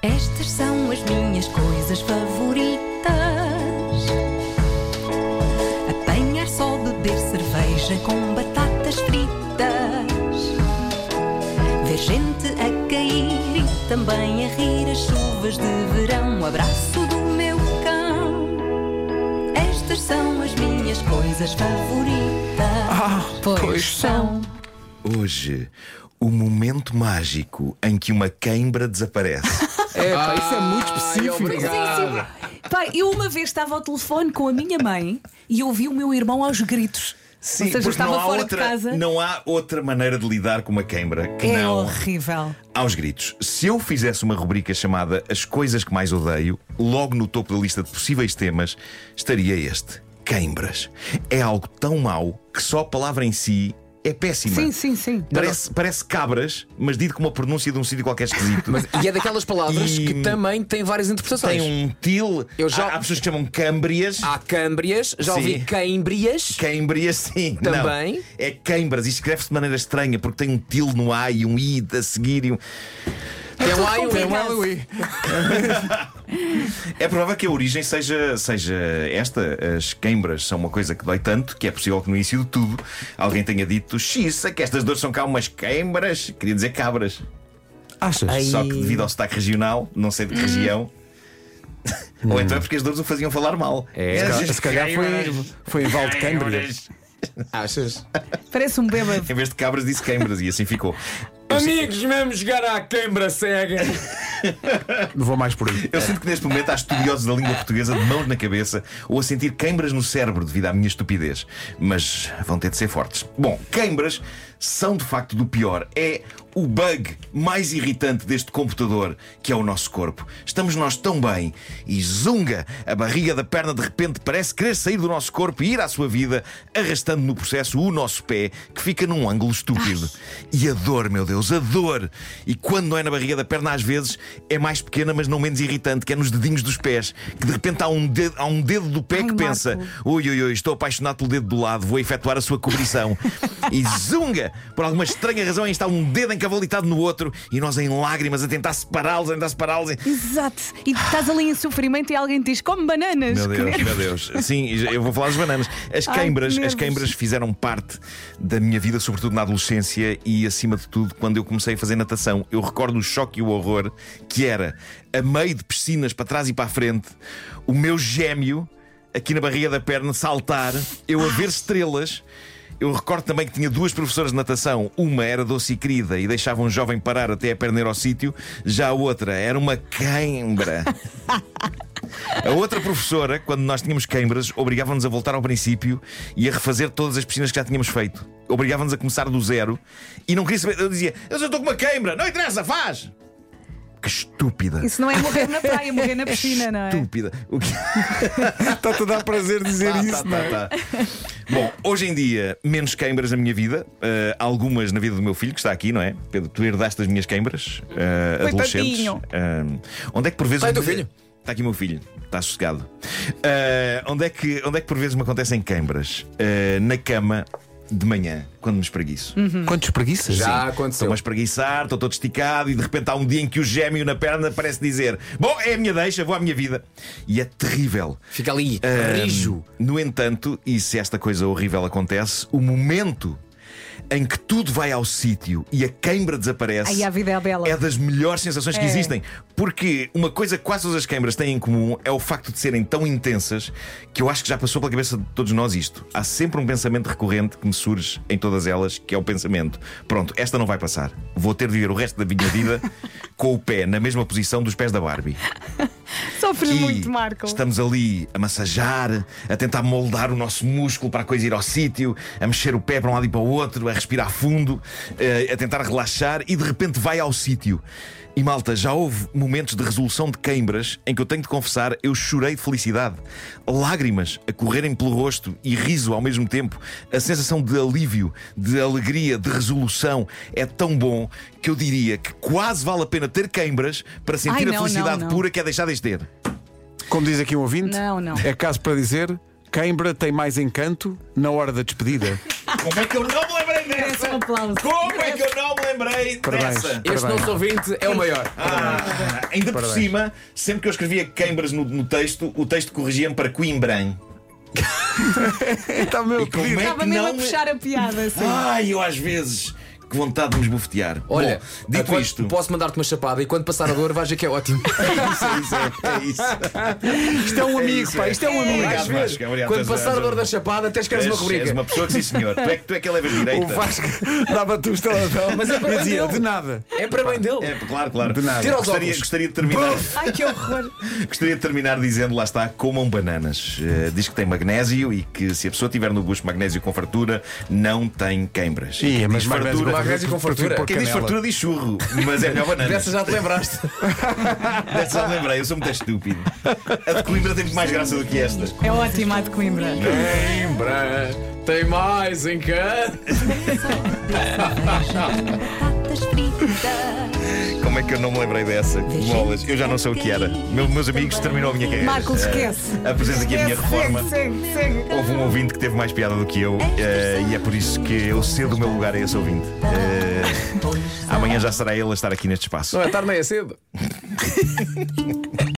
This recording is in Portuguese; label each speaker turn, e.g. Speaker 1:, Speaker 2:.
Speaker 1: Estas são as minhas coisas favoritas: apanhar só, beber cerveja com batatas fritas, ver gente a cair e também a rir as chuvas de verão. O abraço do meu cão. Estas são as minhas coisas favoritas.
Speaker 2: Ah, pois
Speaker 1: são.
Speaker 3: Hoje, o momento mágico em que uma queimbra desaparece.
Speaker 2: É, pá, isso é muito específico.
Speaker 4: Sim, sim. Pai, eu uma vez estava ao telefone com a minha mãe e ouvi o meu irmão aos gritos. Ou seja, eu
Speaker 3: porque
Speaker 4: estava
Speaker 3: não há,
Speaker 4: fora
Speaker 3: outra,
Speaker 4: de casa.
Speaker 3: não há outra maneira de lidar com uma queimbra que
Speaker 4: É
Speaker 3: não
Speaker 4: horrível.
Speaker 3: aos gritos. Se eu fizesse uma rubrica chamada As Coisas que Mais Odeio, logo no topo da lista de possíveis temas estaria este: queimbras. É algo tão mau que só a palavra em si é péssima.
Speaker 4: Sim, sim, sim.
Speaker 3: Parece, parece cabras, mas dito com uma pronúncia de um sítio qualquer esquisito.
Speaker 2: Mas- e é daquelas palavras
Speaker 3: E-
Speaker 2: que também têm várias interpretações.
Speaker 3: Tem um til.
Speaker 2: Eu já-
Speaker 3: Há, há pessoas que chamam câmbrias.
Speaker 2: Há câmbrias, já ouvi
Speaker 3: Sim.
Speaker 2: câmbrias.
Speaker 3: Queimbras, sim.
Speaker 2: Também.
Speaker 3: Não. É queimbras e escreve-se de maneira estranha porque tem um til no A e um I a seguir. E um...
Speaker 2: Tem um
Speaker 4: tudo
Speaker 2: ai, um
Speaker 4: complicado.
Speaker 2: i, um ai, um i.
Speaker 3: É provável que a origem seja, seja esta. As queimbras são uma coisa que dói tanto que é possível que no início de tudo alguém tenha dito xiça, que estas dores são cá umas queimbras. Queria dizer cabras.
Speaker 2: Achas?
Speaker 3: Só que devido ao sotaque regional, não sei de que região. Ou então é porque as dores o faziam falar mal.
Speaker 2: Hum. É,
Speaker 3: Essas queimbras,
Speaker 2: se calhar- se calhar foi- foi em Val de Câmbrias.
Speaker 3: queimbras.
Speaker 2: Achas?
Speaker 4: Parece um bêbado.
Speaker 3: Em vez de cabras disse queimbras e assim ficou. Eu sinto-
Speaker 2: Amigos, vamos jogar à câmara cega.
Speaker 5: Não vou mais por aí.
Speaker 3: Eu sinto que neste momento há estudiosos da língua portuguesa de mãos na cabeça ou a sentir queimbras no cérebro devido à minha estupidez. Mas vão ter de ser fortes. Bom, queimbras são de facto do pior. É o bug mais irritante deste computador que é o nosso corpo. Estamos nós tão bem e zunga, a barriga da perna de repente parece querer sair do nosso corpo e ir à sua vida, arrastando no processo o nosso pé que fica num ângulo estúpido. E a dor, meu Deus, a dor! E quando não é na barriga da perna, às vezes é mais pequena, mas não menos irritante, que é nos dedinhos dos pés, que de repente há um dedo, há um dedo do pé que
Speaker 4: Ai,
Speaker 3: pensa:
Speaker 4: Marco.
Speaker 3: ui, ui, ui, estou apaixonado pelo dedo do lado, vou efetuar a sua cobrição. e zunga! Por alguma estranha razão, aí está um dedo encavalitado no outro e nós em lágrimas a tentar separá-los, a tentar separá-los.
Speaker 4: Exato. E estás ali em sofrimento e alguém te diz: come bananas.
Speaker 3: Meu Deus,
Speaker 4: Que-
Speaker 3: meu Deus. Sim, eu vou falar das bananas. As
Speaker 4: Ai,
Speaker 3: queimbras,
Speaker 4: que nervos.
Speaker 3: as queimbras fizeram parte da minha vida, sobretudo na adolescência e acima de tudo quando eu comecei a fazer natação. Eu recordo o choque e o horror que era a meio de piscinas para trás e para a frente, o meu gêmeo aqui na barriga da perna saltar, eu a ver estrelas. Eu recordo também que tinha duas professoras de natação. Uma era doce e querida e deixava um jovem parar até a perna ir ao sítio. Já a outra era uma queimbra. A outra professora, quando nós tínhamos queimbras, obrigava-nos a voltar ao princípio e a refazer todas as piscinas que já tínhamos feito. Obrigava-nos a começar do zero e não queria saber. Eu dizia, eu só estou com uma queimbra, não interessa, faz! Que estúpida!
Speaker 4: Isso não é morrer na praia, é morrer na piscina, não é?
Speaker 3: Estúpida. O que...
Speaker 5: Está-te a dar prazer dizer
Speaker 3: Tá,
Speaker 5: isso,
Speaker 3: tá,
Speaker 5: não é?
Speaker 3: tá, tá. Bom, hoje em dia, menos queimbras na minha vida, eh, algumas na vida do meu filho, que está aqui, não é? Pedro, tu herdaste as minhas queimbras eh, adolescentes.
Speaker 4: Coitadinho.
Speaker 3: Eh, onde é que por vezes.
Speaker 2: Está aí teu filho?
Speaker 3: Está aqui o meu filho, está sossegado. Eh, onde, é que, onde é que por vezes me acontecem queimbras? Eh, na cama de manhã, quando me espreguiço.
Speaker 5: Quantos preguiças?
Speaker 2: Já
Speaker 3: Estou-me
Speaker 2: aconteceu.
Speaker 3: a espreguiçar, estou todo esticado e de repente há um dia em que o gêmeo na perna parece dizer: Bom, é a minha deixa, vou à minha vida. E é terrível.
Speaker 2: Fica ali,
Speaker 3: Ahm,
Speaker 2: rijo.
Speaker 3: No entanto, e se esta coisa horrível acontece, o momento em que tudo vai ao sítio e a queimbra desaparece.
Speaker 4: Aí a vida é bela.
Speaker 3: É das melhores sensações que
Speaker 4: É.
Speaker 3: existem. Porque uma coisa que quase todas as queimbras têm em comum é o facto de serem tão intensas que eu acho que já passou pela cabeça de todos nós isto. Há sempre um pensamento recorrente que me surge em todas elas, que é o pensamento: pronto, esta não vai passar. Vou ter de viver o resto da minha vida com o pé na mesma posição dos pés da Barbie.
Speaker 4: Sofres
Speaker 3: E
Speaker 4: muito, Marco.
Speaker 3: Estamos ali a massajar, a tentar moldar o nosso músculo para a coisa ir ao sítio, a mexer o pé para um lado e para o outro, a respirar fundo, eh, a tentar relaxar e de repente vai ao sítio. E malta, já houve momentos de resolução de queimbras em que eu tenho de confessar, eu chorei de felicidade. Lágrimas a correrem pelo rosto e riso ao mesmo tempo. A sensação de alívio, de alegria, de resolução é tão bom que eu diria que quase vale a pena ter queimbras para sentir
Speaker 4: não,
Speaker 3: a
Speaker 4: não,
Speaker 3: felicidade
Speaker 4: não.
Speaker 3: pura que é deixar de as ter.
Speaker 5: Como diz aqui um ouvinte,
Speaker 4: Não, não.
Speaker 5: é caso para dizer: Coimbra tem mais encanto na hora da despedida.
Speaker 3: Como é que eu não me lembrei
Speaker 4: Merece um
Speaker 3: dessa?
Speaker 4: aplauso.
Speaker 3: Como é que eu não me lembrei
Speaker 5: Parabéns.
Speaker 3: dessa?
Speaker 2: Este
Speaker 5: Parabéns.
Speaker 2: nosso ouvinte é o maior.
Speaker 3: Ah, ainda por
Speaker 5: Parabéns.
Speaker 3: cima, sempre que eu escrevia Cambras no, no texto, o texto corrigia-me para Coimbra.
Speaker 5: Está meu
Speaker 3: E como
Speaker 5: pedido.
Speaker 3: é
Speaker 4: Estava mesmo a
Speaker 3: Não-
Speaker 4: puxar a piada, assim.
Speaker 3: Ai, eu às vezes. Que vontade de me esbofetear.
Speaker 2: Olha,
Speaker 3: Bom, dito
Speaker 2: agora
Speaker 3: isto.
Speaker 2: posso mandar-te uma chapada e quando passar a dor vais ver que é ótimo.
Speaker 3: É isso, é isso.
Speaker 5: Isto é um amigo,
Speaker 3: isso,
Speaker 5: pá.
Speaker 3: é.
Speaker 5: Isto é um amigo.
Speaker 3: Obrigado,
Speaker 2: Às vezes,
Speaker 3: Vasco, obrigado,
Speaker 2: quando
Speaker 3: tens
Speaker 2: passar a
Speaker 3: razão.
Speaker 2: dor da chapada, até escreves uma
Speaker 3: És- És
Speaker 2: rubrica.
Speaker 3: uma pessoa que sim, senhor. Tu é que, tu é que a levas direita.
Speaker 5: O Vasco dava-te um estaladão.
Speaker 2: Mas é para
Speaker 5: e
Speaker 2: bem
Speaker 5: dizia,
Speaker 2: dele.
Speaker 5: de nada.
Speaker 2: É para bem dele.
Speaker 3: É, claro, claro.
Speaker 5: De nada.
Speaker 2: Tira os
Speaker 3: Gostaria,
Speaker 2: óculos.
Speaker 3: gostaria de terminar.
Speaker 4: Ai, que horror.
Speaker 3: Gostaria de terminar dizendo, lá está, comam bananas. Eh, diz que tem magnésio e que se a pessoa tiver no bucho magnésio com fartura, não tem queimbras.
Speaker 5: Ih,
Speaker 3: Quem
Speaker 5: mas
Speaker 3: diz
Speaker 5: magnésio
Speaker 3: fartura-
Speaker 5: com
Speaker 2: Magnésio com
Speaker 5: Prefiro
Speaker 2: fartura.
Speaker 5: pôr
Speaker 3: Quem diz
Speaker 5: canela.
Speaker 3: fartura diz churro, mas é melhor bananas.
Speaker 2: Dessa já te lembraste.
Speaker 3: Dessa já me lembrei, eu sou muito estúpido. A de Coimbra tem muito mais graça do que esta.
Speaker 4: É ótimo, a de Coimbra.
Speaker 2: Lembra, tem mais em casa.
Speaker 1: Batatas fritas.
Speaker 3: Como é que eu não me lembrei dessa? Bolas, eu já não sei o que era. Meu- meus amigos, terminou a minha carreira.
Speaker 4: Marco, esquece.
Speaker 3: Eh, Apresento aqui a minha
Speaker 4: Esquece,
Speaker 3: reforma.
Speaker 4: Segue, segue, segue.
Speaker 3: Houve um ouvinte que teve mais piada do que eu eh, e é por isso que eu cedo o meu lugar a esse ouvinte. Eh,
Speaker 2: é
Speaker 3: amanhã já será ele a estar aqui neste espaço.
Speaker 2: Não é tarde nem é cedo.